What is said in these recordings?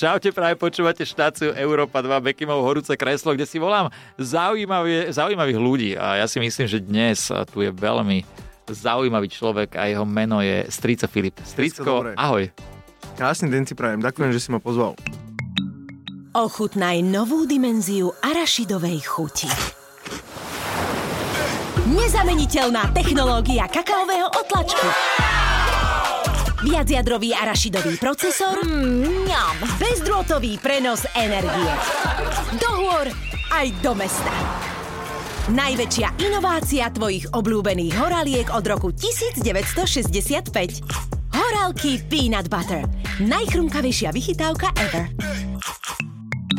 Čaute, práve počúvate štáciu Európa 2 Bekimov horúce kreslo, kde si volám zaujímavé, zaujímavých ľudí a ja si myslím, že dnes tu je veľmi zaujímavý človek a jeho meno je Strico Filip. Stricko, Stricko, dobre. ahoj. Krásny deň ti prajem, ďakujem, že si ma pozval. Ochutnaj novú dimenziu arašidovej chuti. Nezameniteľná technológia kakaového otlačku. Viacjadrový arašidový procesor. ňam. Bezdrôtový prenos energie. Do hôr aj do mesta. Najväčšia inovácia tvojich obľúbených horaliek od roku 1965. Horálky Peanut Butter. Najchrumkavejšia vychytávka ever.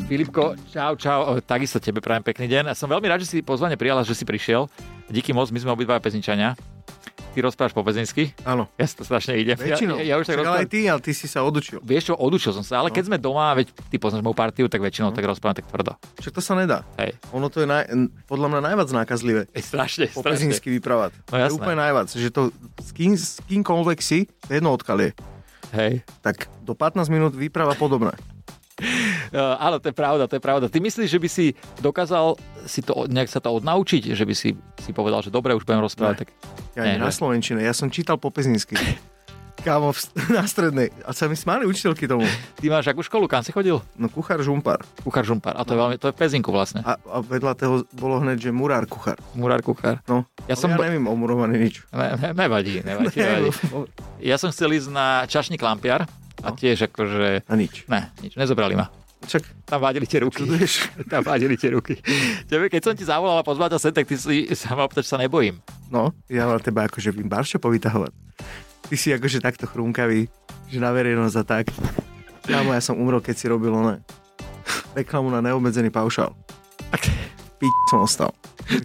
Filipko, čau, čau, O, takisto tebe prajem pekný deň. A som veľmi rád, že si pozvanie prijala, že si prišiel. Díky moc, my sme obidva pezničania. Ty rozprávaš po pezninsky? Áno. Ja si to strašne idem. Ja, Väčšinou. ja, ja už tak Však ale aj rozprávam. ty, No. ale ty si sa odučil. Vieš čo, odučil som sa, ale keď sme doma, veď ty poznáš moju partiu, tak väčšinou tak rozprávam tak tvrdo. Však to sa nedá. Hej. Ono to je naj, n- podľa mňa najviac nákazlivé. Ej, strašne, Po strašne. pezinský vypravať. No To je jasné. úplne najviac, že to s, kým, s kýmkoľvek si, to je jedno odkalie. Hej. Tak do 15 minút výprava podobná. Uh, áno, to je pravda, to je pravda. Ty myslíš, že by si dokázal si to, nejak sa to odnaučiť, že by si, si povedal, že dobre, už budem rozprávať, tak Ja Ne, nie, na že? Slovenčine, ja som čítal po pezinsky. Kámo, v, na strednej. A sa mi smáli učiteľky tomu. ty máš akú školu, kam si chodil? No kuchár žumpar. Kuchár žumpár, a to je, veľmi, to je v Pezinku vlastne, A, a vedľa toho bolo hneď, že murár kuchár. murár kuchár. No, Ja ja, som som... ja ba- neviem o murovaní nič. Ne, ne, nevadí, nevadí, nevadí. Ja som chcel ísť na čašník Lampiar a tiež akože, A nič. ne, nič, nezobrali ma. Čak, Tam vadili tie ruky. Čuduješ? Tam vadili tie ruky. Tebe, keď som ti zavolal a pozval ťa sem, tak ty si sa ma opýtaš, sa nebojím. no, ja na teba akože vím barčo povytahovať. Ty si akože takto chrumkavý, že na verejnosť a tak. Kámo, ja som umrel, keď si robil oné. Reklamu na neobmedzený paušal. Piť som ostal.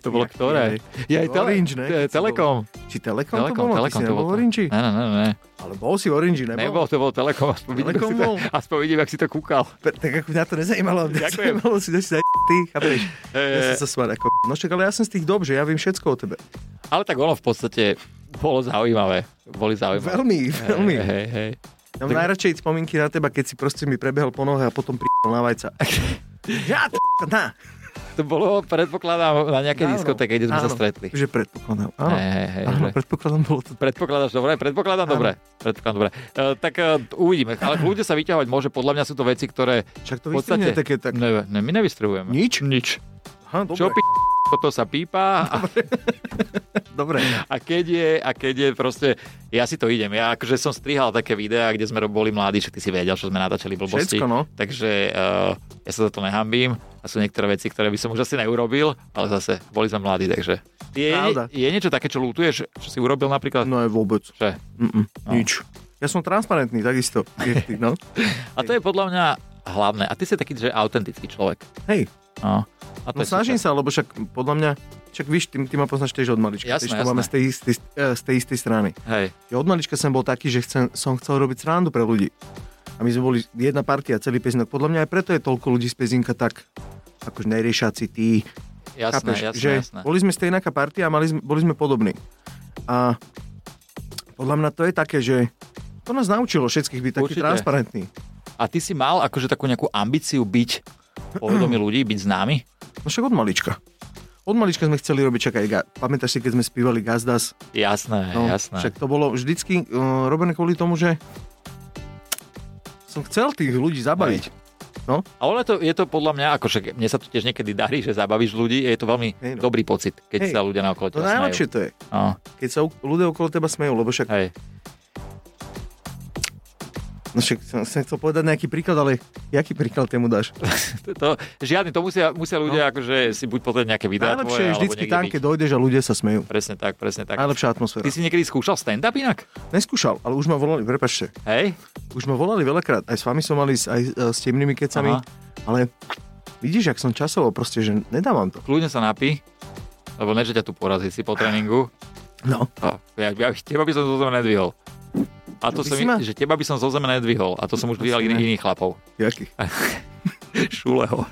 To bolo Jak ktoré? je. Ja aj tele, Orange, ne? to je Telekom. Či Telekom, Telekom, to bolo? Telekom Ty si to nebol bolo. v Orange? Ne, ne, ne, ne. Ale bol si v Orange, nebol? Nebol, to bol Telekom. Aspoň vidím, ak Telekom si to, bol. aspoň vidím, ak si to kúkal. Pe- tak ako mňa to nezajímalo. Mňa Ďakujem. Zajímalo si, že si za ty, chápeš? Ja E, som sa smal ako... No čak, ale ja som z tých dob, že ja viem všetko o tebe. ale tak ono v podstate bolo zaujímavé. Boli zaujímavé. Veľmi, veľmi. Hej, hej, hej. Ja mám Tak- najradšej spomienky na teba, keď si proste mi prebehol po nohe a potom pri na vajca. Ja t- na. To bolo, predpokladám, na nejakej Áno, diskotéke, kde sme sa áno. stretli. Že predpokladám. Áno, Hej, hej, hej, áno že- predpokladám bolo to. Predpokladáš dobre? Predpokladám Áno. dobre. Predpokladám dobre. E, tak e, uvidíme. Ale ľudia sa vyťahovať môže. Podľa mňa sú to veci, ktoré... Však v to vystrihne podstate... také tak. Ne, ne, my nevystrihujeme. Nič? Nič. Aha, dobre. Čo p... toto sa pípa a, dobre. a, keď je, a keď je proste, ja si to idem. Ja akože som strihal také videá, kde sme boli mladí, však ty si vedel, čo sme natáčali blbosti. Všetko, no. Takže uh, ja sa za to nehambím a sú niektoré veci, ktoré by som už asi neurobil, ale zase boli sme mladí, takže. Je, Pravda. je niečo také, čo lutuješ, čo si urobil napríklad? No je vôbec. Že? Mm-mm, No. Nič. Ja som transparentný, takisto. Jak ty, no. A to je podľa mňa hlavné. A ty si taký, že autentický človek. Hej, No, a to no je snažím super. sa, lebo však podľa mňa, však víš, ty, ty ma poznáš tiež od malička. Jasné, tiež to jasné. máme z tej, istej, eh, z tej istej strany. Hej, Ja od malička som bol taký, že chcem, som chcel robiť srandu pre ľudí. A my sme boli jedna partia, celý pezinok. Podľa mňa aj preto je toľko ľudí z pezinka tak akože neriešaci tí. jasné, chápeš, jasné, že jasné. Boli sme z tej inaká partia a mali sme, boli sme podobní. A podľa mňa to je také, že to nás naučilo všetkých byť takí Určite. transparentní. A ty si mal akože takú nejakú ambíciu byť povedomí ľudí, byť známy? No však od malička. Od malička sme chceli robiť, čakaj, ga, pamätáš si, keď sme spievali Gazdas? Jasné, No, jasné. Však to bolo vždycky uh, robené kvôli tomu, že som chcel tých ľudí zabaviť. A ono je to, je to podľa mňa, akože mne sa to tiež niekedy darí, že zabavíš ľudí, je to veľmi Hej, no. dobrý pocit, keď Hej. sa ľudia na okolo To teba najlepšie Teda smejú. to je, No, keď sa u- ľudia okolo teba smejú, lebo však, hej. no však som, som chcel povedať nejaký príklad, ale jaký príklad tému dáš? To, to, žiadny, to musia, musia ľudia akože si buď pozrieť nejaké videá No. Najlepšie tvoje, je alebo vždycky niekde tam, byť. keď dojdeš a ľudia sa smejú. Presne tak, presne tak. Najlepšia atmosféra. Ty si niekedy skúšal stand-up inak? Neskúšal, ale už ma volali, prepačte, Hej? už ma volali veľakrát, aj s vami som mal ísť, aj e, s temnými kecami, Aha. ale vidíš, ak som časovo proste, že nedávam to. Kľudne sa napí, lebo ne, že ťa tu porazí si po tréningu. No, A Ja, ja, teba by som zo zeme nedvihol. A to Čo by som, si ma- že teba by som zo zeme nedvihol. A to som už dvíhal Asi ne. iných, iných chlapov. Eh. jaký? Šuleho.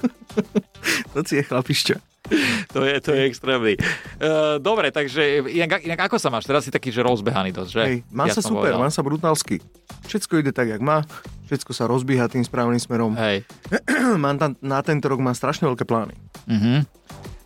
To si je chlapišťa. To je, to je extrémny. Uh, dobre, takže inak, inak ako sa máš? Teraz si taký, že rozbehaný dosť, že? Hej, mám Eh, sa som super, povedal. mám sa brutálsky. Všetko ide tak, jak má. Všetko sa rozbíha tým správnym smerom. Hej. mám tam, na tento rok mám strašne veľké plány. Mhm.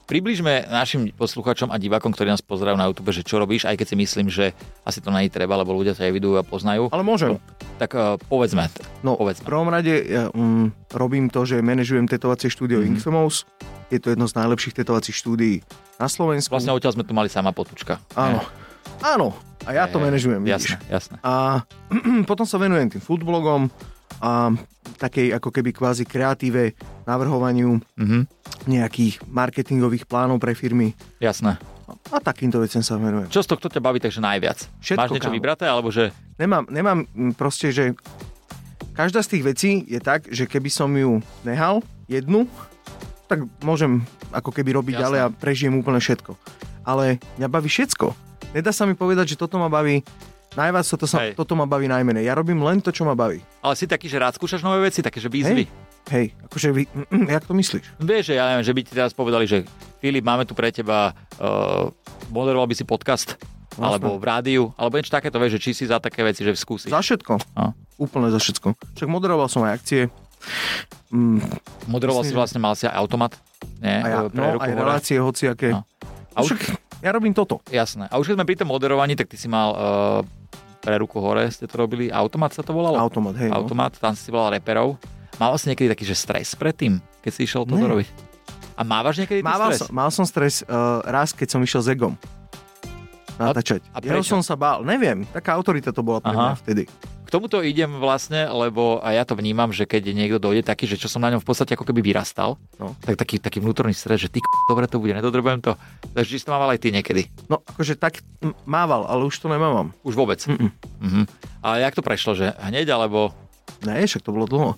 Približme našim posluchačom a divákom, ktorí nás pozerajú na YouTube, že čo robíš, aj keď si myslím, že asi to není treba, lebo ľudia sa evidujú a poznajú. Ale môžem. Tak uh, povedzme. No, Povedz ma. Povedz v prvom rade ja, um, robím to, že manažujem tetovacie Mhm. štúdio mm-hmm. Infamous. Je to jedno z najlepších tetovacích štúdií na Slovensku. Vlastne odtiaľ sme tu mali sama potučka. Áno. Áno. A ja to Hej, manažujem, vidíš. Jasné, jasné. A potom sa venujem tým foodblogom a takej ako keby kvázi kreatíve navrhovaniu Mhm. nejakých marketingových plánov pre firmy Jasné. a takýmto veciam sa venujem. Čo z tohto ťa baví takže najviac? Všetko, Máš niečo kámo. vybraté, alebo že... Nemám, nemám mm, proste, že každá z tých vecí je tak, že keby som ju nehal jednu, tak môžem ako keby robiť Jasné. Jasne. ďalej a prežijem úplne všetko. Ale mňa baví všetko. Nedá sa mi povedať, že toto ma baví najviac, toto, sa, Hej. toto ma baví najmenej. Ja robím len to, čo ma baví. Ale si taký, že rád skúšaš nové veci, také, že výzvy. Hej, hej, akože vy, jak to myslíš? Vieš, že ja neviem, že by ti teraz povedali, že Filip, máme tu pre teba, uh, moderoval by si podcast, alebo v rádiu, alebo niečo takéto, vieš, že či si za také veci, že No. skúsiš. Za všetko. A. Úplne za všetko. Však moderoval som aj akcie. Mm, Moderoval si Myslím, že- vlastne, mal si aj automat, nie? aj, ja, E, pre no, ruku aj hore. relácie, hociaké. No. A A už- Však ja robím toto. Jasné. A už keď sme pri tom moderovaní, tak ty si mal uh, pre ruku hore, ste to robili, automat sa to volalo? Automat, hej. No. automat, tam si volal reperov. Mával si niekedy taký, že stres predtým, keď si išiel toto Nie. robiť? A mávaš niekedy ten Mával stres? som, mal som stres uh, raz, keď som išiel s Egom natáčať. a Jeho prečo? som sa bál, neviem, taká autorita to bola pre Aha. mňa vtedy. K tomuto idem vlastne, lebo a ja to vnímam, že keď niekto dojde taký, že čo som na ňom v podstate ako keby vyrastal, No. tak taký, taký vnútorný stres, že ty k***, dobre to bude, nedodrbujem to. Takže či si to mával aj ty niekedy. No akože tak m- mával, ale už to nemávam. Už vôbec. Mm-mm. Mhm. A jak to prešlo, že hneď alebo... Ne, však to bolo dlho.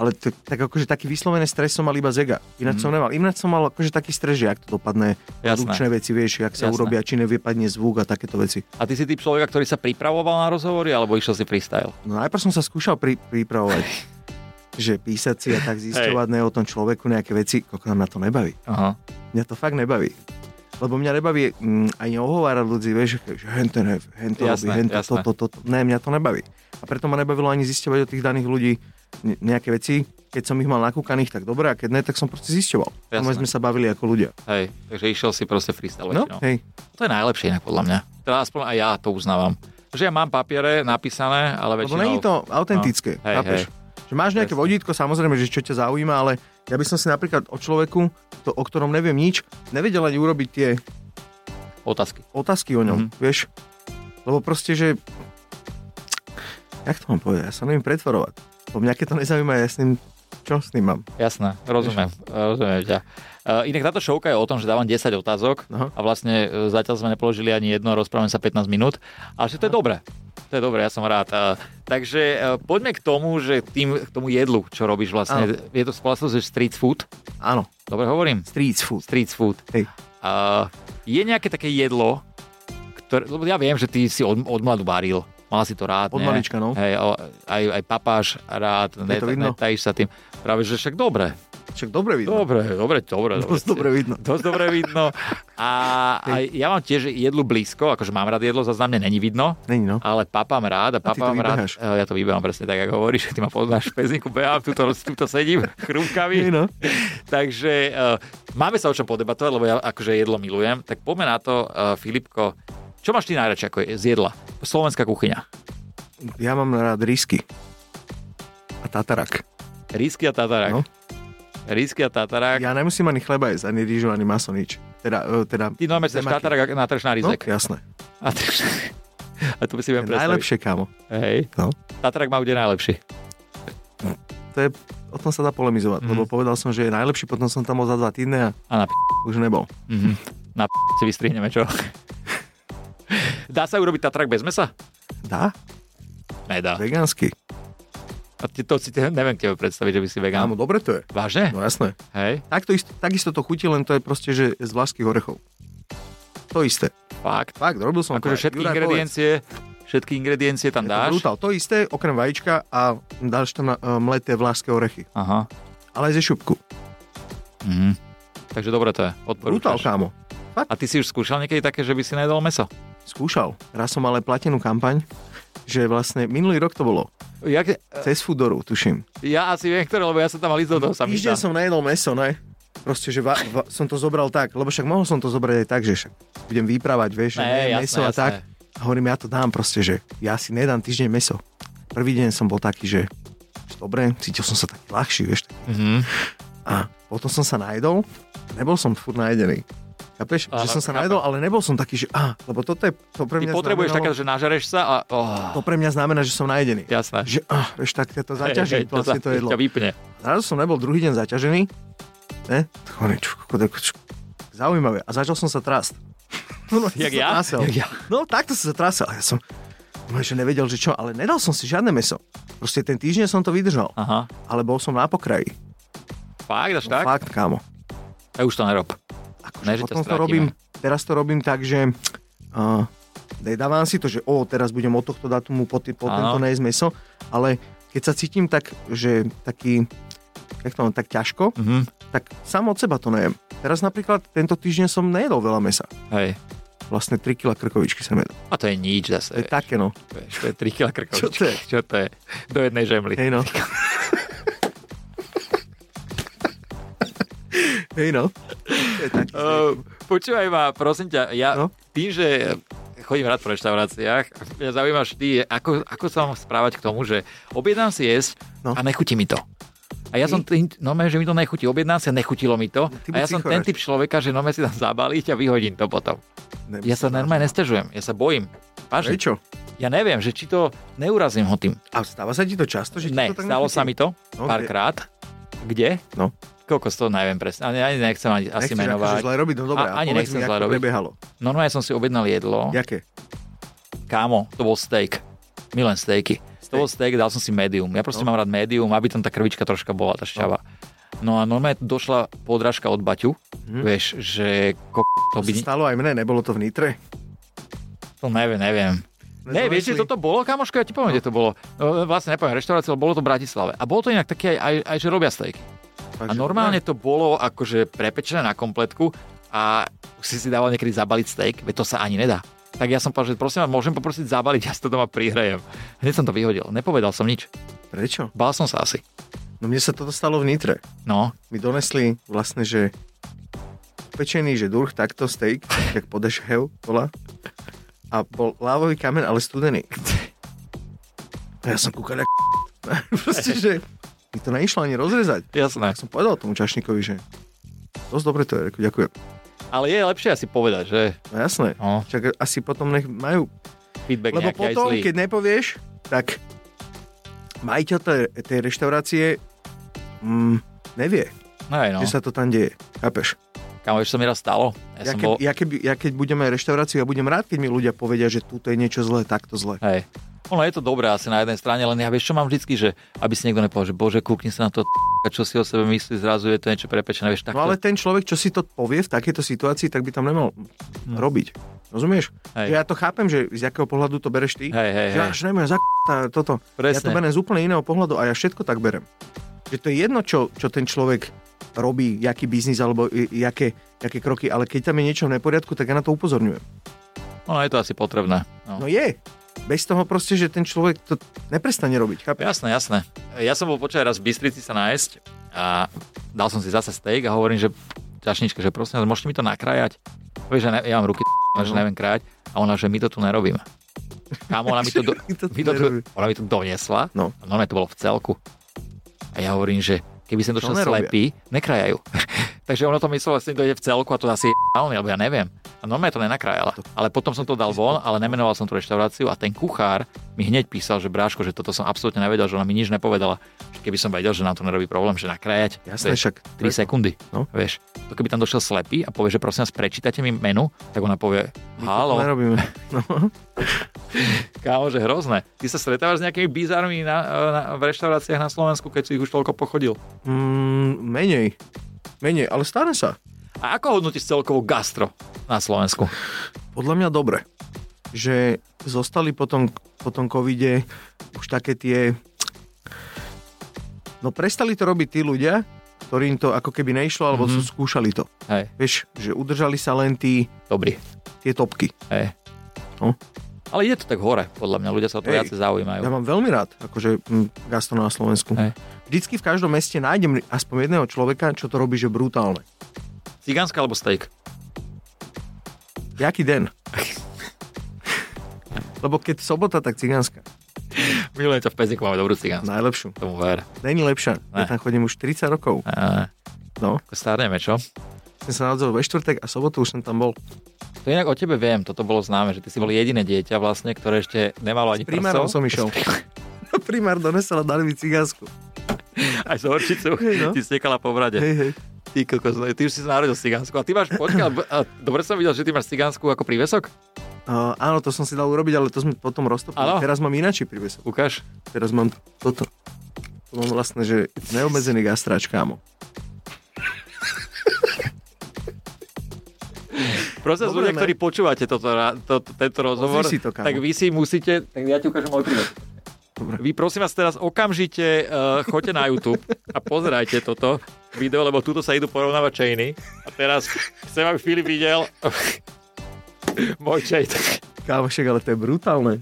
Ale t- tak akože taký vyslovený stres som mal iba z Ega. Ináč som nemal. Ináč som mal akože taký stres, že jak to dopadne. Mhm. Jasné. Ručné veci, vieš, jak sa Jasné. urobia, či nevypadne zvuk a takéto veci. A ty si typ človeka, ktorý sa pripravoval na rozhovory, alebo išiel si freestyle? No najprv som sa skúšal pri- pripravovať. že písať si a tak zisťovať ne o tom človeku nejaké veci, koľko nám na to nebaví. Aha. Mňa to fakt nebaví. Lebo mňa nebaví mm, aj neohovárať ľudí, vieš, že henten, hento, robí, Jasné, hento, jasné. toto, toto. Ne, mňa to nebaví. A preto ma nebavilo ani zisťovať od tých daných ľudí ne- nejaké veci. Keď som ich mal nakúkaných, tak dobre, a keď ne, tak som proste zisťoval. Tam Jasné. sme sa bavili ako ľudia. Hej, takže išiel si proste freestyle. No, väčšinou. hej. To je najlepšie inak podľa mňa. Teda aspoň aj ja to uznávam. Že ja mám papiere napísané, ale No, Lebo väčšinou... není to autentické, No, hej, no, chápeš? hej. Že máš nejaké Presne. vodítko, samozrejme, že čo ťa zaujíma, ale ja by som si napríklad o človeku, to, o ktorom neviem nič, nevedel ani urobiť tie Otázky. otázky Mhm. o ňom, mm-hmm. vieš? Lebo proste, že... Jak to mám povedať? Ja sa neviem pretvarovať. Lebo mňa keď to nezaujíma, ja s ním... Čo s ním mám? Jasné, rozumiem, e, rozumiem ťa. Uh, inak táto šovka je o tom, že dávam 10 otázok Aha. a vlastne e, zatiaľ sme nepoložili ani jedno, rozprávame sa 15 minút, ale že to je dobré. To je dobré, ja som rád. Uh, takže uh, poďme k tomu, že tým, k tomu jedlu, čo robíš vlastne. Je to spoločnosť, že street food, Áno, dobre hovorím? street food. Street food. Hej. Uh, je nejaké také jedlo, ktoré, lebo ja viem, že ty si od, od mladu varil. Mala si to rád, Od ne? malička, no. Hej, o- aj, aj papáš rád, Je to vidno. netajíš sa tým. Práve, že však dobre. Však dobre vidno. Dobre, dobre, dobre. Dosť dobre vidno. Dosť dobre vidno. A, a ja mám tiež jedlu blízko, akože mám rád jedlo, zaznám mne není vidno, Není, no. ale papám rád a A ty to papám rád. vybeháš. E, Ja to vyberám presne tak, ako hovoríš, ty ma poznáš v pezinku, behám, tuto, tuto sedím, chrumkavý. Hej, no. Takže e, máme sa o čom podebatovať, lebo ja akože jedlo milujem. Tak poďme na to, e, Filipko, čo máš ty najradšej ako je- z jedla? Slovenská kuchyňa. Ja mám rád risky. A tatarak. Rísky a tatarák. No. No. Rísky a tatarák. Ja. Ja nemusím ani chleba jesť, ani rýžu, ani maso, nič. Teda, e, teda Ty normálne chceš zemaky. tatarák na trž na No, rizek. jasné. A, to, a to by si viem predstaviť. Najlepšie, kámo. Hej. No. Tatrak má bude najlepší. To je, o tom sa dá Mhm. polemizovať, mm. lebo povedal som, že je najlepší, potom som tam bol za dva týdne a A na p- už nebol. mhm. na p- si vystrihneme, čo? Dá sa urobiť Tatrak bez mesa? Dá? Nedá. Vegánsky. A ty, to si te, neviem tebe predstaviť, že by si vegán. Kámo, dobre to je. Vážne? No jasné. Hej, Tak to isto, takisto to chutí, len to je proste, že z vlašských orechov. To isté. fakt. Fakt, robil som Akože to aj. všetky Juraj, ingrediencie, všetky ingrediencie tam povedz. Je to dáš. brutál. To isté, okrem vajíčka a e, dáš tam na, uh, mleté vlašské orechy. Aha. Ale aj ze šupku. Mhm. Takže dobre to je. Brutál, Odporúčaš. kámo. A ty si už skúšal niekedy také, že by si nejedol meso? Skúšal. Raz som ale platenú kampaň, že vlastne minulý rok to bolo. Jak, Cez Foodoru, tuším. ja asi viem, ktoré, lebo ja som tam mal ísť do toho sa mi Týždeň zdá. som najedol meso, ne? Proste, že va, va, som to zobral tak, lebo však mohol som to zobrať aj tak, že však budem vyprávať, vieš, že Ne, jasné, ne, meso a jasné. tak. A hovorím, ja to dám proste, že ja si nedám týždeň meso. Prvý deň som bol taký, že, že dobre, cítil som sa taký ľahší, vieš. Mhm. A potom som sa najedol, nebol som furt najedený. Chápeš? Áno, že som sa chápem. najedol, ale nebol som taký, že á, lebo toto je, to pre Ty mňa potrebuješ znamenalo, také, že nažereš sa a... Oh, to pre mňa znamená, že som najedený. jasné. Že, á, vieš, tak ťa to zaťaží, Hej, hej, vlastne sa- to jedlo. Ťa vypne. Zrazu som nebol druhý deň zaťažený. Ne? Tak hovorím, čo, čo, čo, čo, zaujímavé. A začal som sa trásť. No, no, Jak som sa ja? Trasel. Jak ja? No, takto som sa trasel. A ja som no, že nevedel, že čo, ale nedal som si žiadne meso. Proste ten týždeň som to vydržal, Aha. ale bol som na pokraji. No, Fakt, až tak? Fakt, kámo. Ja už to nerob. Akože Ne, že ťa potom to strátime. robím, teraz to robím tak, že uh, nedávam si to, že o, teraz budem od tohto datumu po, ty, po Áno. tento nejesť meso, ale keď sa cítim tak, že taký, jak to mám, tak ťažko, Mhm. tak sám od seba to nejem. Teraz napríklad tento týždeň som nejedol veľa mesa. Hej. Vlastne 3 kg krkovičky som jedol. A to je nič zase. To je také no. Vieš, to je 3 kg krkovičky. Čo to je? Čo to je? Do jednej žemly. Hej no. Hej no. To je taký Uh, uh, počúvaj ma, prosím ťa, ja no? No? tým, že chodím rád po reštauráciách, mňa zaujíma vždy, je, ako, ako sa mám správať k tomu, že objednám si jesť no? No. a nechutí mi to. A ja som tým, no že mi to nechutí, objednám si a nechutilo mi to. Ty a buď ja som cichorač. ten typ človeka, že no si tam zabaliť a vyhodím to potom. Ja sa normálne nestežujem, ja sa bojím. Vážne, Prečo? ja neviem, že či to neurazím ho tým. A stáva sa ti to často? Že ti Ne, to tak stalo nechutí? sa mi to No, párkrát. Kde? No. Koľko to neviem presne, ani, ani nechcem ani, asi Nechceš menovať. akože zle robiť, no dobré. A- A, ani povedz nechcem mi, zle ako to robiť. No. prebiehalo. Normálne som si objednal jedlo. Jaké? Kámo, to bol steak. Milujem steaky. To bol steak, dal som si medium. Ja No. proste mám rád medium, aby tam tá krvička troška bola, tá šťava. No a normálne tu došla podrážka od Baťu, Mhm. vieš, že ko... to To by... sa stalo aj mne, nebolo to v Nitre? To neviem, neviem. Ne, vieš, že toto bolo, kamoško, ja ti poviem, kde to bolo. No, vlastne nepoviem, reštaurácia, ale bolo to v Bratislave. A bolo to inak také aj, aj, aj že robia steaky. A normálne no. to bolo akože prepečené na kompletku a už si si dával niekedy zabaliť steak, veď to sa ani nedá. Tak ja som povedal, že prosím vás, môžem poprosiť zabaliť, ja si to doma prihrajem. Hneď som to vyhodil, nepovedal som nič. Prečo? Bál som sa asi. No mne sa toto stalo v Nitre. No, Mi donesli vlastne, že pečený, že durch, takto steak, jak podešhev bola. A bol lávový kamen, ale studený. A ja som kúkal, jak proste, že mi to neišlo ani rozrezať. jasné. Tak som povedal tomu čašníkovi, že dosť dobre to je, reku, ďakujem. Ale je lepšie asi povedať, že No jasné. no, Čak asi potom nech majú feedback Lebo nejaký aj potom, zlý. keď nepovieš, tak majiteľ tej, tej reštaurácie mm, nevie, No aj no, no. že sa to tam deje. Chápeš? kámo, vieš, čo mi raz stalo? Ja, Ja, som keď, bol... ja, keby, ja keď budem aj reštauráciu, ja budem rád, keď mi ľudia povedia, že tu je niečo zlé, takto zlé. Hej. Ono je to dobré asi na jednej strane, len ja vieš, čo mám vždycky, že aby si niekto nepovedal, že bože, kúkni sa na to, t- čo si o sebe myslí, zrazu je to niečo prepečené, vieš, tak No ale ten človek, čo si to povie v takejto situácii, tak by tam nemal Hm. robiť. Rozumieš? Hej. Že ja to chápem, že z jakého pohľadu to bereš ty. Hej, hej, že hej. až nemôžem za k- toto. Ja Presne. to berem z úplne iného pohľadu a ja všetko tak berem. Že to je jedno, čo, čo ten človek robí, jaký biznis alebo i- jaké, jaké kroky, ale keď tam je niečo v neporiadku, tak ja na to upozorňujem. Ono je to asi potrebné. No. No je. Bez toho proste, že ten človek to neprestane robiť, chápeš? Jasné, jasné. Ja som bol počať raz v Bystrici sa nájsť a dal som si zase steak a hovorím, že čašnička, že prosím vás, môžete mi to nakrájať? Vieš, že ne, ja mám ruky, že neviem krájať a ona, že my to tu nerobíme. Kámo, ona mi to, do, My to tu mi to tu, nerobíme. ona mi to doniesla, No. a normálne to bolo v celku. A ja hovorím, že keby som Čo došiel nerobia? slepý, nekrájajú. Takže ono to myslelo, že to ide v celku a to asi je ale alebo ja neviem. A normálne to nenakrájala. Ale potom som to dal von, ale nemenoval som tú reštauráciu a ten kuchár mi hneď písal, že bráško, že toto som absolútne nevedel, že ona mi nič nepovedala. Že keby som vedel, že nám to nerobí problém, že nakrájať. Jasné, však. 3 sekundy. No. No. Vieš, to keby tam došiel slepý a povie, že prosím vás, prečítate mi menu, tak ona povie, To halo, nerobíme. No. kámo, že hrozné. Ty sa stretávaš s nejakými bizarmi na, na, v reštauráciách na Slovensku, keď si ich už toľko pochodil. Mm, menej. Menej, ale stane sa. A ako hodnotíš celkovo gastro na Slovensku? Podľa mňa dobre. Že zostali potom, po tom covide už také tie... No prestali to robiť tí ľudia, ktorým to ako keby neišlo, alebo Mhm. mm-hmm. skúšali to. Hej, Vieš, že udržali sa len tí, dobrý. tie topky. Hej. No. Ale ide to tak hore, podľa mňa. Ľudia sa o to Hej. viacej zaujímajú. Ja mám veľmi rád, akože mm, gastro na Slovensku. Hej. Vždycky v každom meste nájdem aspoň jedného človeka, čo to robí, že brutálne. Cigánska alebo steak? Jaký den? Lebo keď sobota, tak cigánska. Milujem ťa v Peziku, máme dobrú cigánsku. Najlepšiu. Tomu ver. Není lepšia. Ne. Ja tam chodím už 30 rokov. A, No, ako starneme, čo? som sa naodzol ve štvrtek a sobotu už som tam bol. To inak o tebe viem, toto bolo známe, že ty si bol jediné dieťa vlastne, ktoré ešte nemalo ani Primárom prsov. som išiel. No, Primár donesel a dali mi cigánsku. Aj z horčicu. Hej, no. Ty stekala po brade. Hej, hej. Ty, kokos, no, ty už si sa narodil cigánsku. A ty máš, počkaj, ale- a dobre som videl, že ty máš cigánsku ako prívesok? Uh, áno, to som si dal urobiť, ale to sme potom roztopili. Áno. Teraz mám ináči privesok. Ukáž. Teraz mám toto. To mám vlastne, že neobmedzený gastráč, kámo. Prosím vás, Dobre, ľudia, ne? ktorí počúvate toto, ra- to, to, tento rozhovor, si to, kámo. tak vy si musíte, tak ja ti ukážem môj prívesok. Dobre. Vy prosím vás teraz okamžite uh, choďte na YouTube a pozerajte toto video, lebo tuto sa idú porovnávať chainy. A teraz chcem, aby Filip videl môj chain. Kámo, však, ale to je brutálne.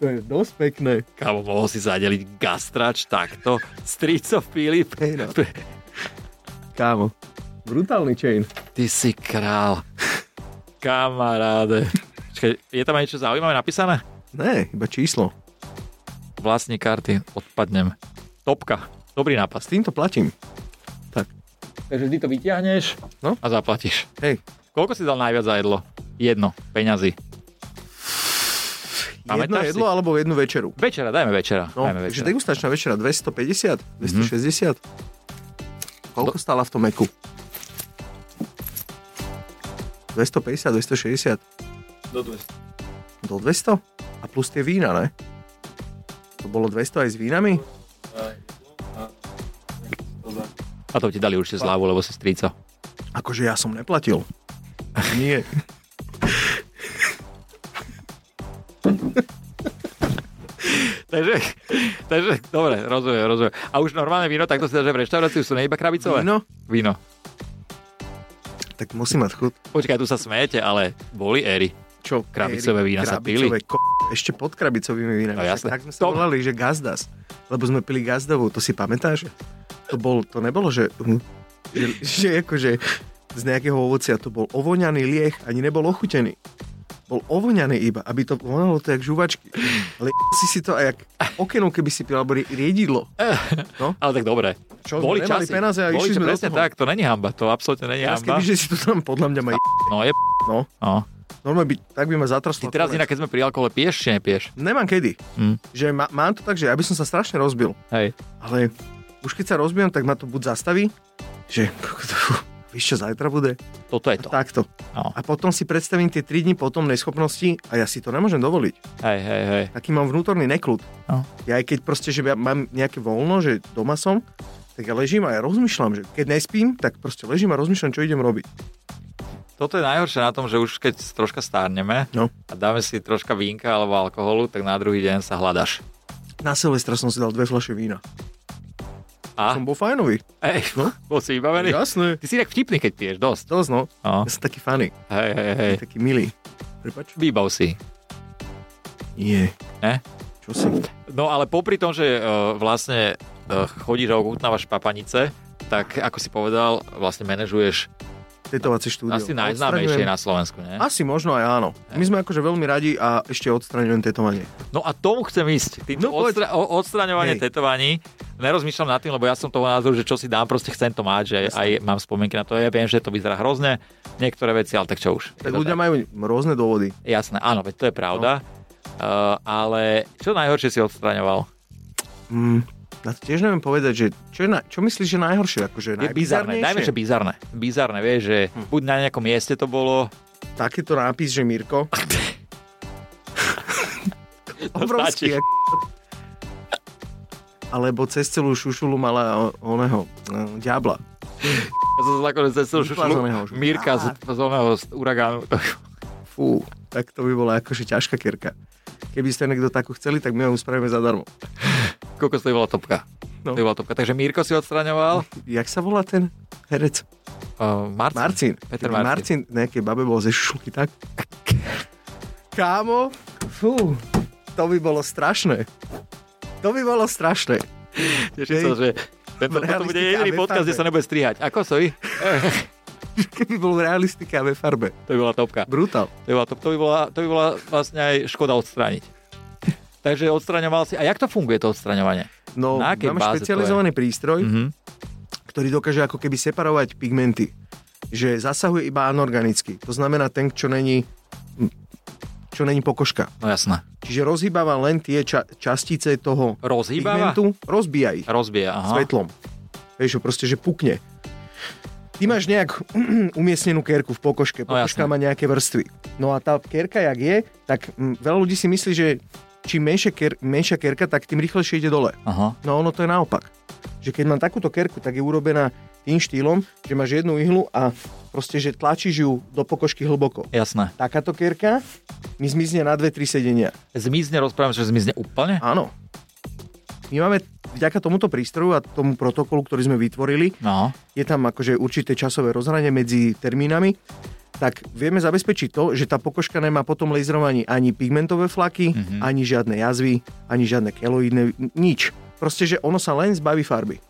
To je dosť pekné. Kámo, mohol si zadeliť gastrač takto. Strico Filip. Hej, no. Kámo, brutálny chain. Ty si král. Kamaráde. Čakaj, je tam aj niečo zaujímavé napísané? Ne, iba číslo. Vlastní vlastne karty, odpadnem. Topka. Dobrý nápad. S týmto platím. Takže vždy to vyťahneš No. a zaplatíš. Hej, Koľko si dal najviac za jedlo? Jedno. Peňazí. jedno Pamätáš si? jedlo alebo jednu večeru. Večera, dajme večera. No, dajme takže večera. degustačná večera 250, 260. Mm-hmm. Koľko stála v tom meku? 250, 260. Do 200. A plus tie vína, ne? To bolo 200 aj s vínami? A to ti dali určite zľavu, lebo si strico. Akože ja som neplatil. Nie. Takže, takže, dobre, rozumiem, rozumiem. A už normálne víno, takto si dáš aj v reštaurácii, už sú ne iba krabicové. Víno? Víno. Tak musí mať chuť. Počkaj, tu sa smejete, ale boli éry. Čo? Krabicové vína sa Krabicové, ko- ešte pod krabicovými vínami. No, jasné. Však Tak sme sa To- volali, že gazdas. Lebo sme pili gazdovú, to si pamätáš? To, bol, to nebolo, že, hm, že, že akože z nejakého ovocia to bol ovoňaný lieh, ani nebol ochutený. Bol ovoňaný iba, aby to vonalo to jak žuvačky. Ale si si to aj jak okenu, keby si pil, alebo ri- riedidlo. No. Ale tak dobre. Čo, boli sme nemali časy. peniaze a boli išli sme do presne toho. tak, to není hamba, to absolútne není Teraz hamba. keby, že si to tam podľa mňa ma No je p- no. no. Normálne by, tak by ma Ty zatraslo. teraz Akurát. inak, keď sme pri alkohole, pieš či nepieš? Nemám kedy. Hm. Že ma, mám to tak, že ja by som sa strašne rozbil. Hej. Ale už keď sa rozbijem, tak ma to buď zastaví, že víš čo zajtra bude? Toto je to. Takto. No. A potom si predstavím tie 3 dní potom neschopnosti a ja si to nemôžem dovoliť. Hej, hej, hej. Taký mám vnútorný neklud. No. Ja aj keď proste, že ja mám nejaké voľno, že doma som, tak ja ležím a ja rozmýšľam, že keď nespím, tak proste ležím a rozmýšľam, čo idem robiť. Toto je najhoršie na tom, že už keď troška stárneme No. a dáme si troška vínka alebo alkoholu, tak na druhý deň sa hľadaš. Na Silvestra som si dal dve fľaše vína. A? Som bol fajnový. Ej, No. bol si vybavený? Jasné. Ty si tak vtipný, keď piješ, dosť. Dosť, no. No. Ja som taký fanik, Hej, hej, hej. taký milý. Prepač? Výbav si. Nie. Ne? Čo si? No ale popri tom, že uh, vlastne uh, chodíš a ochutnávaš papanice, tak ako si povedal, vlastne manažuješ Tetovacie štúdio. asi najznámejšie Odstraňujem- na Slovensku, nie? Asi možno aj áno. My sme akože veľmi radi a ešte odstraňujem tetovanie. No a tomu chcem ísť. Týmto No no, odstra- poď. o- odstraňovanie Hej. tetovaní. Nerozmýšľam nad tým, lebo ja som toho názoru, že čo si dám, proste chcem to mať, že aj mám spomienky na to. Ja viem, že to vyzerá hrozne, niektoré veci, ale tak čo už. Tak Je to ľudia majú rôzne dôvody. Jasné, áno, veď to je pravda. No. Uh, ale čo najhoršie si odstraňoval? Mm, na to tiež neviem povedať, že čo, je na, čo myslíš, že najhoršie? Akože Je bizarné, najbizarnejšie? dajme, že bizarné. Bizarné, vieš, že hm. buď na nejakom mieste to bolo, Takýto nápis, že Mirko. stačí. Obrovský. jak- Alebo cez celú šušulu mala o- oného e, ďábla. ja som sa zlakol, že cez Vyplazol neho už. Mírka z, z oného z uragánu. Fú, tak to by bola akože ťažká kerka. Keby ste niekto takú chceli, tak my vám spravíme zadarmo. Koľko to bola topka? No. To bola topka. Takže Mírko si odstraňoval. Jak sa volá ten herec? Uh, Marcin. Marcin. Peter Keby Marcin. Marcin nejakej babe bol ze šušulky, tak? Kámo, fú, to by bolo strašné. To by bolo strašné. Teším sa, že tento, V toto bude realistike jediný a ve podcast, kde farbe. sa nebude strihať. Ako soji? Keby bol v realistike a ve farbe. To by bola topka. Brutál. To by bola, top, to by bola, to by bola vlastne aj škoda odstrániť. Takže odstraňoval si. A jak to funguje to odstraňovanie? No, Na akej máme báze to je? špecializovaný prístroj, Mhm. ktorý dokáže ako keby separovať pigmenty. Že zasahuje iba anorganicky. To znamená ten, čo není čo není pokožka. No jasné. Čiže rozhýbava len tie ča- častice toho Rozhýbava? pigmentu, rozbíja ich Rozbije, aha. svetlom. Vieš, že proste, že pukne. Ty máš nejak umiestnenú kerku v pokožke, No, jasné. pokožka má nejaké vrstvy. No a tá kerka, jak je, tak mm, veľa ľudí si myslí, že čím menšia, ker- menšia kerka, tak tým rýchlejšie ide dole. Aha. No ono to je naopak. Že keď mám takúto kerku, tak je urobená tým štýlom, že máš jednu ihlu a proste, že tlačíš ju do pokožky hlboko. Jasné. Takáto kerka mi zmizne na dve, tri sedenia. Zmizne, rozprávam, že zmizne úplne? Áno. My máme vďaka tomuto prístroju a tomu protokolu, ktorý sme vytvorili, No. je tam akože určité časové rozhranie medzi termínami, tak vieme zabezpečiť to, že tá pokožka nemá potom laserovaní ani pigmentové flaky, mm-hmm. ani žiadne jazvy, ani žiadne keloidné, n- nič. Proste, že ono sa len zbaví farby.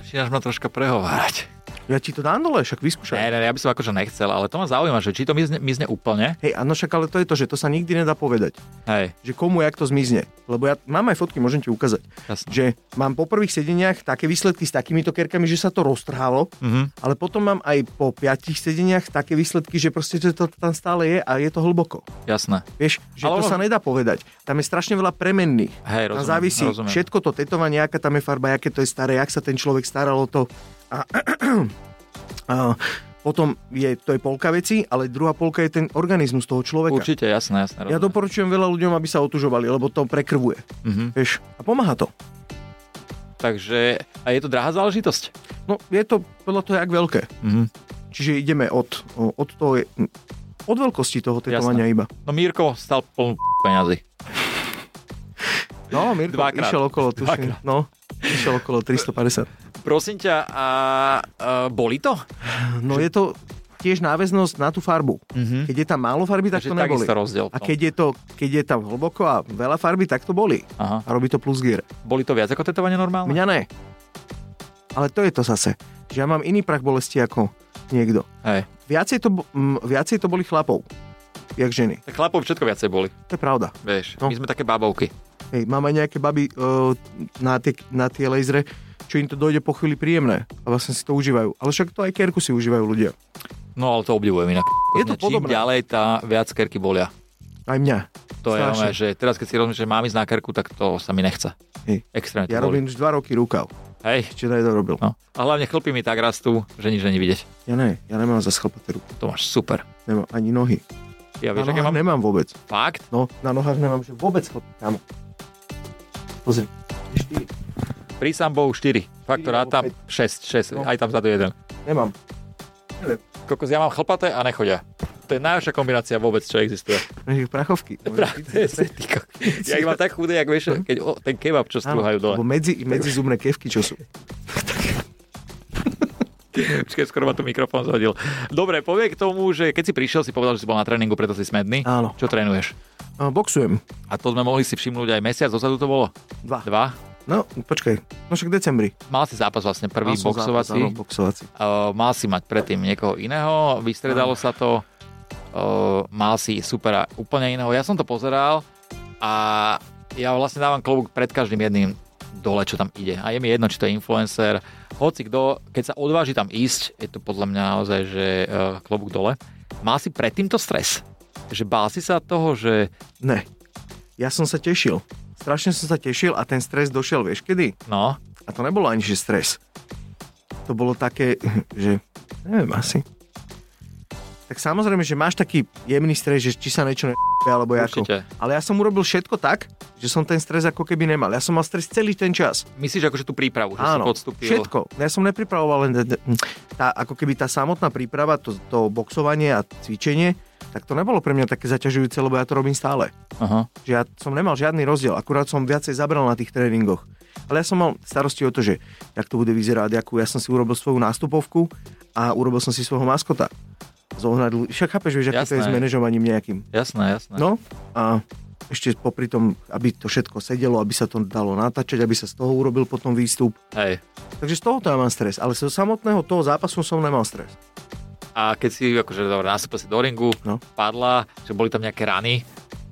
Začínaš ma troška prehovárať. Ja ti to dám dole, však Ne, vyskúšaj. ne, ne, ja by som akože nechcel, ale to ma zaujíma, že či to mizne, mizne úplne. Hej, áno, však ale to je to, že to sa nikdy nedá povedať, Hej, že komu jak to zmizne. Lebo ja mám aj fotky, môžem ti ukázať, jasné. že mám po prvých sedeniach také výsledky s takýmito kerkami, že sa to roztrhalo, Mhm. ale potom mám aj po piatich sedeniach také výsledky, že proste to to tam stále je a je to hlboko. Jasné. Vieš, že Ale ale to ono- sa nedá povedať. Tam je strašne veľa premenných. Hej, tam rozumiem, závisí rozumiem. všetko to tetovanie, aká tam je farba, aké to je staré, jak sa ten človek staral o to. A, a potom je, to je polka veci, ale druhá polka je ten organizmus toho človeka. Určite, jasné, jasné. Ja rozumiem. doporučujem veľa ľuďom, aby sa otužovali, lebo to prekrvuje. Mhm. Vieš, a pomáha to. Takže, a je to drahá záležitosť? No, je to podľa toho, jak veľké. Mhm. Čiže ideme od, od toho, od veľkosti toho tetovania iba. No Mírko stal plnú peňazí. No, Mirko Dvakrát. išiel okolo, tuším, Dvakrát. no, išiel okolo 350. Prosím ťa, a, a boli to? No je to tiež náväznosť na tú farbu. Mhm. Keď je tam málo farby, tak Takže to neboli. takisto rozdiel v A tom. keď je, to, keď je tam hlboko a veľa farby, tak to boli. Aha. A robí to plus gear. Boli to viac ako tetovanie normálne? Mňa ne. Ale to je to zase, že ja mám iný prach bolesti ako niekto. Hej. Viacej to, bo- mm, viacej to boli chlapov, jak ženy. Tak chlapov všetko viacej boli, To je pravda. vieš. No. My sme také babovky. Hej, mám aj nejaké baby uh, na, tie, na tie lasery, čo im to dojde po chvíli príjemné. A vlastne si to užívajú. Ale však to aj kerku si užívajú ľudia. No ale to obdivujem inak. Je to Čím podobné. ďalej, tá viac kerky bolia. Aj mňa. To je Strašne. ono, že teraz keď si rozmýšľam, že mám ísť na kerku, tak to sa mi nechce. Hej. Extrémne to Ja boli. robím už dva roky rukav. Hej. Ešte to robil. No. A hlavne chlpy mi tak rastú, že nič není vidieť. Ja ne, ja nemám za schlpaté ruky. To máš super. Nemám ani nohy. Ja Na vieš, aké nohách mám nemám vôbec. fakt? No, na nohách nemám že vôbec chlpaté. Kámo. Pozri. Štyri. Pri Bohu 4. Fakt to Štyri alebo rátam päť. 6, 6. No. Aj tam vzadu jeden. Nemám. Kokos, ja mám chlpaté a nechodia. To je najlepšia kombinácia vôbec, čo existuje. Máš ich prachovky. Práve, ty kokos. ja ich mám tak chudé, jak vieš, keď o, ten kebab, čo Áno, strúhajú dole. Lebo medzi, medzi zubné kevky, čo sú. Počkaj, skoro ma tu mikrofón zhodil. Dobre, povie k tomu, že keď si prišiel, si povedal, že si bol na tréningu, preto si smedný. Áno. Čo trénuješ? A No, boxujem. A to sme mohli si všimnúť aj mesiac, dozadu to bolo? Dva. Dva. No, počkaj. No však v decembri. Mal si zápas vlastne prvý Mal som boxovací. zápas, áno, boxovací. Uh, mal si mať predtým niekoho iného, vystredalo sa to, uh, mal si supera úplne iného. Ja som to pozeral a ja vlastne dávam klobúk pred každým jedným dole, čo tam ide. A je mi jedno, či to je influencer, hoci kto, keď sa odváži tam ísť, je to podľa mňa naozaj, že uh, klobúk dole. Mal si predtým to stres? Že bál si sa toho, že Ne. Ja som sa tešil. Strašne som sa tešil a ten stres došiel, vieš kedy? no, A to nebolo ani, že stres. To bolo také, že neviem, asi. tak samozrejme, že máš taký jemný stres, že či sa niečo ne alebo ako. Určite. Ale ja som urobil všetko tak, že som ten stres ako keby nemal. Ja som mal stres celý ten čas. Myslíš akože tú prípravu, že si Áno, podstúpil? všetko. Ja som nepripravoval len tá, ako keby tá samotná príprava, to, to boxovanie a cvičenie, tak to nebolo pre mňa také zaťažujúce, lebo ja to robím stále. Aha. Že ja som nemal žiadny rozdiel, akurát som viacej zabral na tých tréningoch. Ale ja som mal starosti o to, že jak to bude vyzerať, akú ja som si urobil svoju nástupovku a urobil som si svojho maskota. Zohnať, ľu- však chápeš, vieš, aké to je Jasné. s manažovaním nejakým. Jasné, jasné. No a ešte popri tom, aby to všetko sedelo, aby sa to dalo natáčať, aby sa z toho urobil potom výstup. Hej. Takže z tohoto ja mám stres, ale zo samotného toho zápasu som nemal stres. A keď si, akože, dobre, nastúpil si do ringu, No. padla, že boli tam nejaké rany,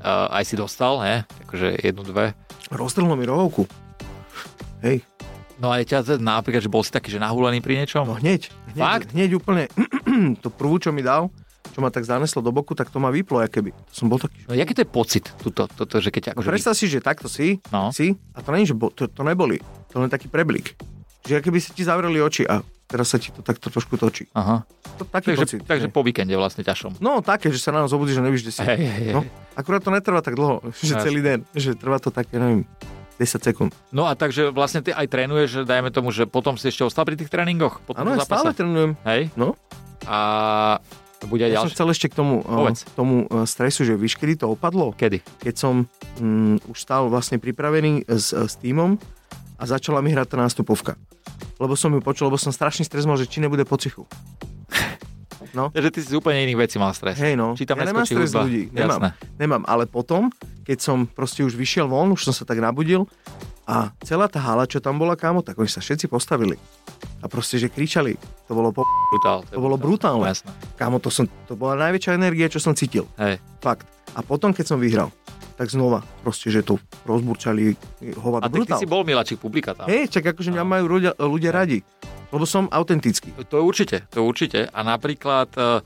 uh, aj si dostal, he? Akože jednu, dve. Roztrhlo mi rohovku. Hej, No a je ťa teda napríklad, že bol si taký, že nahulený pri niečom? no hneď, hneď, Fakt? hneď úplne, to prvú, čo mi dal, čo ma tak zaneslo do boku, tak to ma vyplo, ja keby. Som bol taký, že... No, jaký to je pocit, tuto, toto, že keď ťa akože... Predstav si, že takto si, No. si, a to není, že bo, to, to neboli, to len taký preblík. Že keby si ti zavreli oči a teraz sa ti to takto trošku točí. Aha. To, taký Takže, pocit. takže hej. po víkende vlastne ťažom. No také, že sa ráno zobudíš a nevíš, kde si. Hej, hej, hej. No, No, akurát to netrvá tak dlho, že Jasne. celý deň, že trvá to také, neviem, 10 sekúnd. No a takže vlastne ty aj trénuješ, dajme tomu, že potom si ešte ostal pri tých tréningoch? Potom Áno, ja stále trénujem. Hej? No. A to bude aj Ja som ďalšie? chcel ešte k tomu, uh, Povedz. tomu uh, stresu, že víš, kedy to opadlo? Kedy? Keď som um, už stál vlastne pripravený s, s týmom a začala mi hrať tá nástupovka. Lebo som ju počul, lebo som strašný stres mal, že či nebude po cichu. Takže ty si z úplne iných vecí mal stres. Hej no, Či tam ja nemám neskočí stres hudba. ľudí, nemám, Jasné. nemám, ale potom, keď som proste už vyšiel von, už som sa tak nabudil a celá tá hala, čo tam bola, kámo, tak oni sa všetci postavili a proste, že kričali, to bolo po... Brutál, je To bolo brutálne. Jasné. Kámo, to, som, to bola najväčšia energia, čo som cítil. Hej. Fakt. A potom, keď som vyhral, tak znova, proste, že to A rozburčali hovado ty, ty brutál. si bol miláčik publika tam. Hej, čak akože mňa Áno. majú ľudia, ľudia radi, lebo som autentický. To je určite, to je určite. A napríklad e,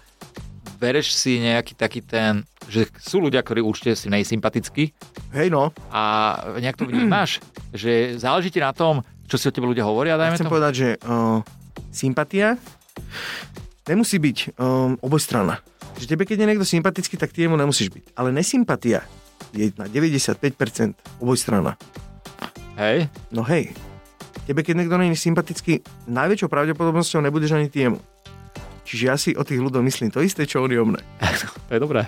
bereš si nejaký taký ten, že sú ľudia, ktorí určite si nejsympatickí Hej no, a nejak to vnímaš, že záleží ti na tom, čo si o tebe ľudia hovoria, ja dajme chcem tomu. povedať, že uh, sympatia nemusí byť um, obojstranná. Že tebe, keď je niekto sympatický, tak ty jemu nemusíš byť. Ale nesympatia je na 95% obojstranná. Hej, No hej, tebe keď niekto není sympatický, najväčšou pravdepodobnosťou nebudeš ani ty jemu. Čiže ja si o tých ľuďoch myslím to isté, čo oni o mne. to je dobré.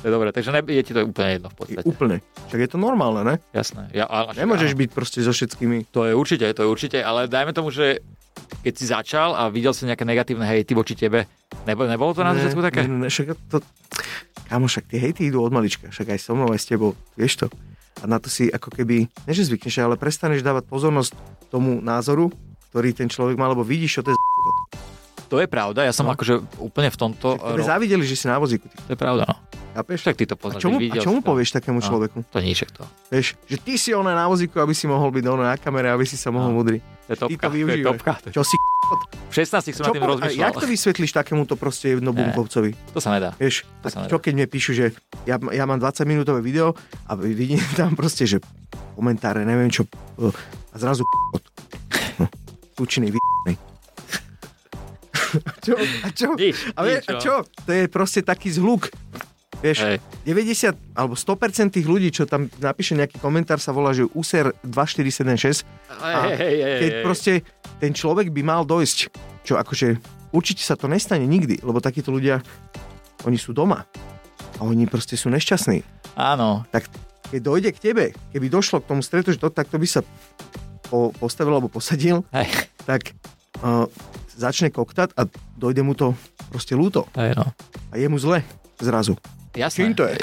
To je dobré, takže ne, je ti to úplne jedno v Je podstate. Úplne. Tak je to normálne, ne? Jasné. Ja, ale, Nemôžeš byť proste so všetkými. To je určite, to je určite, ale dajme tomu, že keď si začal a videl si nejaké negatívne hejty voči tebe, nebo, nebolo to na Ne, začiatku také? Ne, ne, však to... Kámo, však tie hejty idú od malička, však aj so mnou, aj s tebou, vieš to. A na to si ako keby, ne že zvykneš, ale prestaneš dávať pozornosť tomu názoru, ktorý ten človek má, lebo vidíš, čo to je z... To je pravda, ja som No. akože úplne v tomto... Tebe ro- závideli, že si na vozíku. Ty, To je pravda, no. chápeš? Však ty to A poznáš, čomu, veď a videl čomu si to. povieš takému No. človeku? To niček to. Vieš, že ty si ona na vozíku, aby si mohol byť ono na kamere, aby si sa mohol No. mudriť. To je topka, to, to je využívaš. topka. To je- Čo si V 16 som čo na tým po- a rozmýšľal. jak to vysvetlíš takémuto proste jednobunkovcovi? To sa nedá. Vieš, tak sa nedá. čo keď mi píšu, že ja, ja mám 20 minútové video a vidím tam proste, že komentáre, neviem čo, e, a zrazu p***ot. No, tučný vy***nej. A čo? A čo? Nič, A, vie, nič, a no. čo? To je proste taký zhluk. Vieš, Hej. 90 alebo 100% tých ľudí, čo tam napíše nejaký komentár, sa volá, že úser Hej, 2476 hej, hej, hej, keď hej. proste ten človek by mal dojsť, čo akože určite sa to nestane nikdy, lebo takíto ľudia, oni sú doma a oni proste sú nešťastní. Áno, Tak keď dojde k tebe, keby došlo k tomu stretu, že to, tak to by sa po, postavil alebo posadil, hej, tak uh, začne koktať a dojde mu to proste ľúto hej, no. a je mu zle zrazu. Jasné. Čím to je?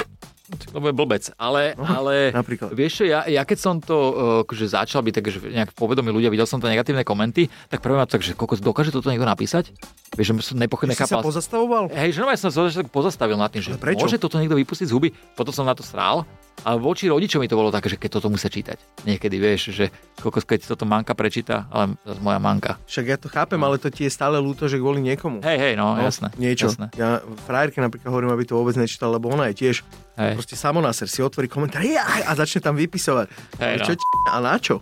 Lebo je blbec, ale, No, ale napríklad. vieš čo, ja, ja keď som to uh, akože začal byť takže nejak v povedomí ľudia, videl som to negatívne komenty, tak prvé ma to tak, že kokos, dokáže toto niekto napísať? Vieš, že som nepoch- Že si sa nechápal. pozastavoval? Hej, že normálne som sa začiatku pozastavil nad tým, že Ale prečo? môže toto niekto vypustiť z huby, potom som na to srál, ale voči rodičom mi to bolo také, že keď toto musia čítať. Niekedy vieš, že kokos, keď toto manka prečíta, ale zase moja manka. Však ja to chápem, ale to ti je stále ľúto, že kvôli niekomu. No. Hej, hej, no, jasné. Niečo. Jasné. Ja frajerke napríklad hovorím, aby to vôbec nečítala, lebo ona je tiež Hej. proste samonáser, si otvorí komentár jaj, a začne tam vypisovať. Hej, Ale no. čo ti a na čo?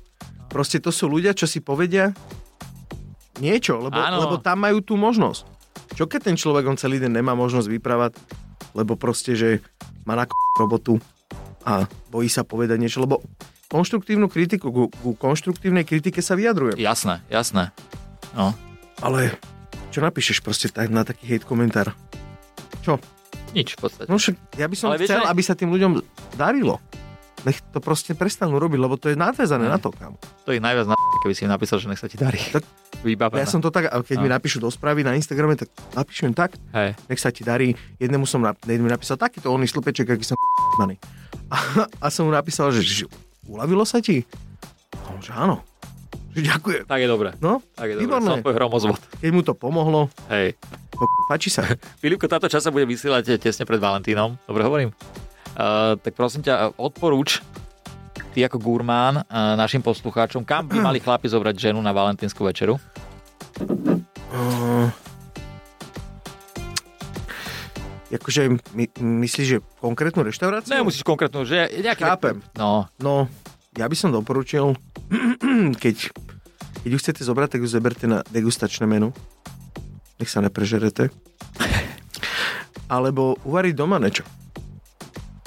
Proste to sú ľudia, čo si povedia niečo, lebo, Áno. lebo tam majú tú možnosť. Čo keď ten človek, on celý deň nemá možnosť vyprávať, lebo proste, že má na k- robotu a bojí sa povedať niečo, lebo konštruktívnu kritiku, ku, ku konštruktívnej kritike sa vyjadrujem. Jasné, jasné. No. Ale čo napíšeš proste tak, na taký hate komentár? Čo? Nič v podstate. No však ja by som Ale Ale vieš, chcel, že- aby sa tým ľuďom darilo. Nech to proste prestanú robiť, lebo to je Hm. nadväzané na to, kam. To je najviac na keby si im napísal, že nech sa ti darí. Tak- Vybavené. Ja som to tak, a keď No. mi napíšu do správy na Instagrame, tak napíšem tak, Hej. nech sa ti darí. Jednému som nap- jednému napísal takýto oný slupeček, aký som maný. A, a som mu napísal, že, že uľavilo sa ti? A on, že áno. Že ďakujem. Tak je dobre. No, Tak je dobre. Výborné. Som hromozvod. keď mu to pomohlo, Hej. po, páči sa. Filipko, táto časa bude vysielať tesne pred Valentínom. Dobre hovorím? Uh, tak prosím ťa, odporúč ty ako gurmán uh, našim poslucháčom, kam by mali chlapi zobrať ženu na valentínsku večeru? Uh, akože my, myslíš, že konkrétnu reštauráciu? Nemusíš No, konkrétnu, že nejaký... Chápem. No, No, ja by som doporučil, keď, keď ju chcete zobrať, tak ju zoberte na degustačné menu. Nech sa neprežerete. Alebo uvariť doma niečo.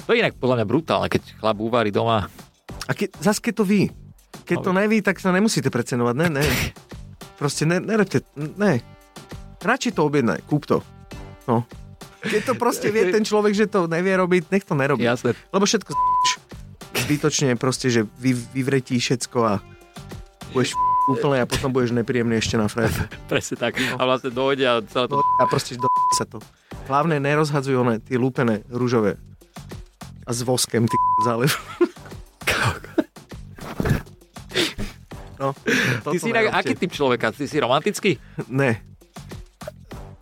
to je inak podľa mňa brutálne, keď chlap uvarí doma. A ke, zas keď to ví. Keď to neví, tak sa nemusíte precenovať. Ne, ne. Proste ne, nerepte, ne. Radšej to objednaj, kúp to. No. Keď to proste vie ten človek, že to nevie robiť, nech to nerobí. Jasné. Lebo všetko z***š. zbytočne proste, že vy, vyvretí všetko a budeš úplne a potom budeš nepríjemný ešte na frajerku. Presne tak. A vlastne dojde a celé to... No a proste do sa to. Hlavne nerozhadzuj one, tie lúpené, rúžové. A s voskem, ty zálev. No, Ty si inak, aký typ človeka? Ty si romantický? Ne,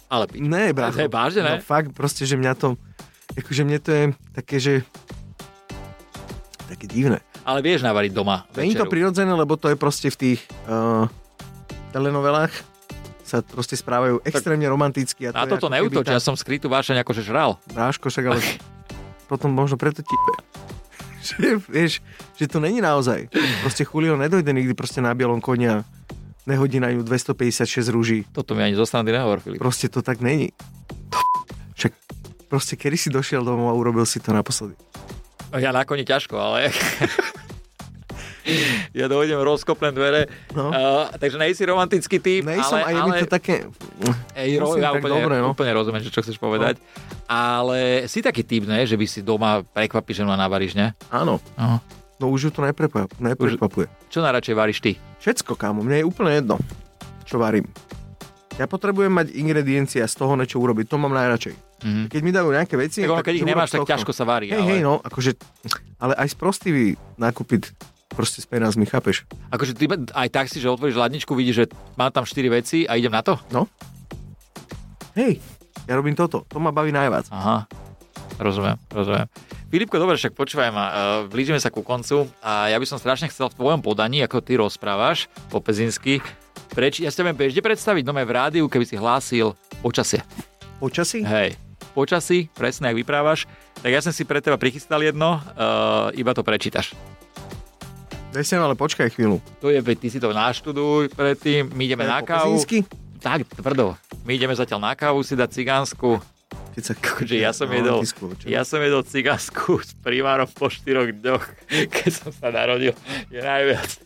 Ale pi- ne, brácho. To je vážne, ne? No, fakt, proste, že mňa to... Akože mne to je také, že... Také divné. ale vieš navariť doma Není to večeru. prirodzené, lebo to je proste v tých uh, telenovelách sa proste správajú extrémne romanticky. A Na je toto ako keby neútoč, tá ja som skrytú vášeň akože žral. Bráško, však ale potom možno preto tipe. Že, vieš, že to není naozaj. Proste Julio nedojde nikdy proste na bielom konia, nehodí na ju 256 rúží. Toto mi ani zo strany nehovor, Filip. Proste to tak není. Však proste kedy si došiel domov a urobil si to naposledy. Ja na koni ťažko, ale... ja dojdem, rozkopnem dvere. No. Uh, takže nejsi romantický typ, Nej ale... som a je ale mi to také... Ej, ro, Musím ja tak úplne, dobre, no. úplne rozumiem, že čo chceš povedať. Ale si taký typ, ne? Že by si doma prekvapíš ženu a navaríš, ne? Áno, No. no už ju to neprepa- neprekvapuje. Čo najradšej varíš ty? Všetko, kámo, mne je úplne jedno, čo varím. Ja potrebujem mať ingrediencie a z toho niečo urobiť, to mám najradšej. Mhm. Keď mi dajú nejaké veci... Tak ono, keď čo ich nemáš, tak urobím z tohto? ťažko sa varí. Hej, ale... hej, no, akože, ale aj sprostivý nákupiť proste s peniazmi, chápeš? Akože ty aj tak si, že otvoríš hladničku, vidíš, že mám tam 4 veci a idem na to? No? Hej, ja robím toto, to ma baví najviac. Aha, rozumiem, rozumiem. Filipko, dobre, však počúvaj ma, e, blížime sa ku koncu a ja by som strašne chcel v tvojom podaní, ako ty rozprávaš po pezinsky, preč, ja si ťa viem bežne predstaviť, no v rádiu, keby si hlásil počasie. Počasí? Hej, počasí, presne, ak vyprávaš, tak ja som si pre teba prichystal jedno, uh, iba to prečítaš. Vesem, ale počkaj chvíľu. To je, veď ty si to naštuduj predtým, my ideme na Po kávu. pezinsky? Tak, tvrdo. My ideme zatiaľ na kávu si dať cigánsku. Keď sa... Akože ja No, som jedol, ja som jedol cigánsku s primárom po štyroch dňoch, keď som sa narodil. Je najviac.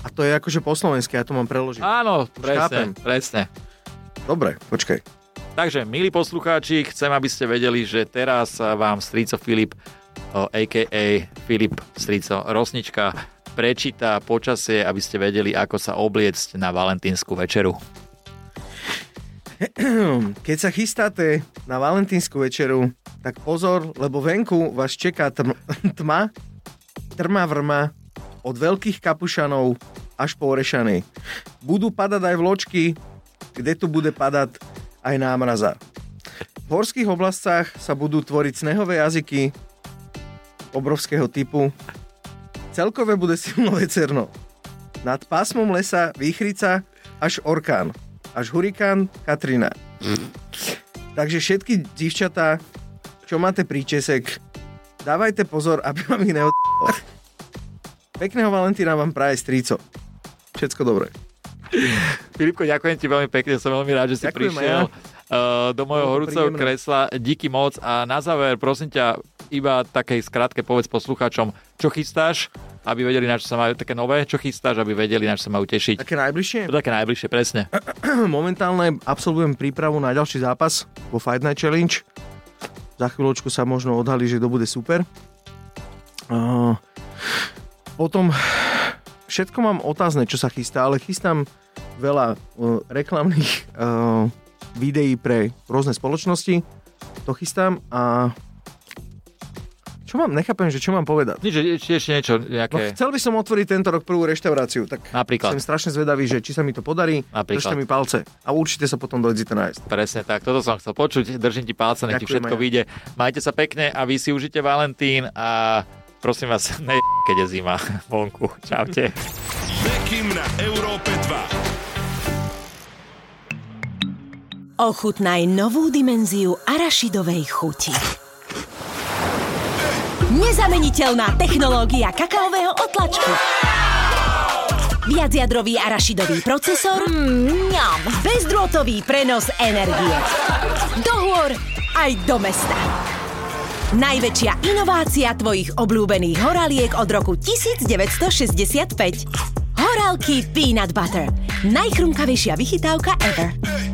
A to je akože po slovensky, ja to mám preložiť. Áno, chápem. presne, presne. Dobre, počkaj. Takže, milí poslucháči, chcem, aby ste vedeli, že teraz vám Strico Filip, o, a.k.a. Filip Strico Rosnička, prečíta počasie, aby ste vedeli, ako sa obliecť na valentínsku večeru. Hm, Keď sa chystáte na valentínsku večeru, tak pozor, lebo venku vás čeká tm- tma, trma vrma, od veľkých kapušanov až po orešany. Budú padať aj vločky, kde tu bude padať aj námraza. V horských oblastiach sa budú tvoriť snehové jazyky obrovského typu. Celkové bude silno vecerno. Nad pásmom lesa výchrica až orkán, až hurikán Katrina. Takže všetky divčatá, čo máte príčesek, dávajte pozor, aby vám ich neod... Pekného Valentína vám praje strico. Všetko dobré. Filipko, ďakujem ti veľmi pekne, som veľmi rád, že si Ďakujem aj prišiel ja. No, eh, do môjho Bolo to horúceho príjemné. kresla. Díky moc a na záver, prosím ťa, iba takej skratke povedz poslucháčom, čo chystáš, aby vedeli, na čo sa majú také nové, čo chystáš, aby vedeli, na čo sa majú tešiť. Také najbližšie? To také najbližšie, presne. Momentálne absolvujem prípravu na ďalší zápas vo Fight Night Challenge. Za chvíľočku sa možno odhalí, že to bude super. Uh, potom všetko mám otázne, čo sa chystá, ale chystám veľa uh, reklamných uh, videí pre rôzne spoločnosti. To chystám a čo mám, nechápem, že čo mám povedať. Nič, ešte, ešte niečo No, nejaké. chcel by som otvoriť tento rok prvú reštauráciu, tak Napríklad. som strašne zvedavý, že či sa mi to podarí. Napríklad. Držte mi palce a určite sa potom dojdete nájsť. Presne tak, toto som chcel počuť. Držím ti palce, nech ti Ďakujem všetko aj ja. vyjde. Majte sa pekne a vy si užite Valentín a prosím vás, ne keď je zima vonku. Čaute. Bekim na Európe 2. Ochutnaj novú dimenziu arašidovej chuti. Nezameniteľná technológia kakaového otlačku. Viacjadrový arašidový procesor. Mňam. Bezdrôtový prenos energie. Do hôr aj do mesta. Najväčšia inovácia tvojich obľúbených horaliek od roku 1965. Horálky Peanut Butter. Najchrumkavejšia vychytávka ever.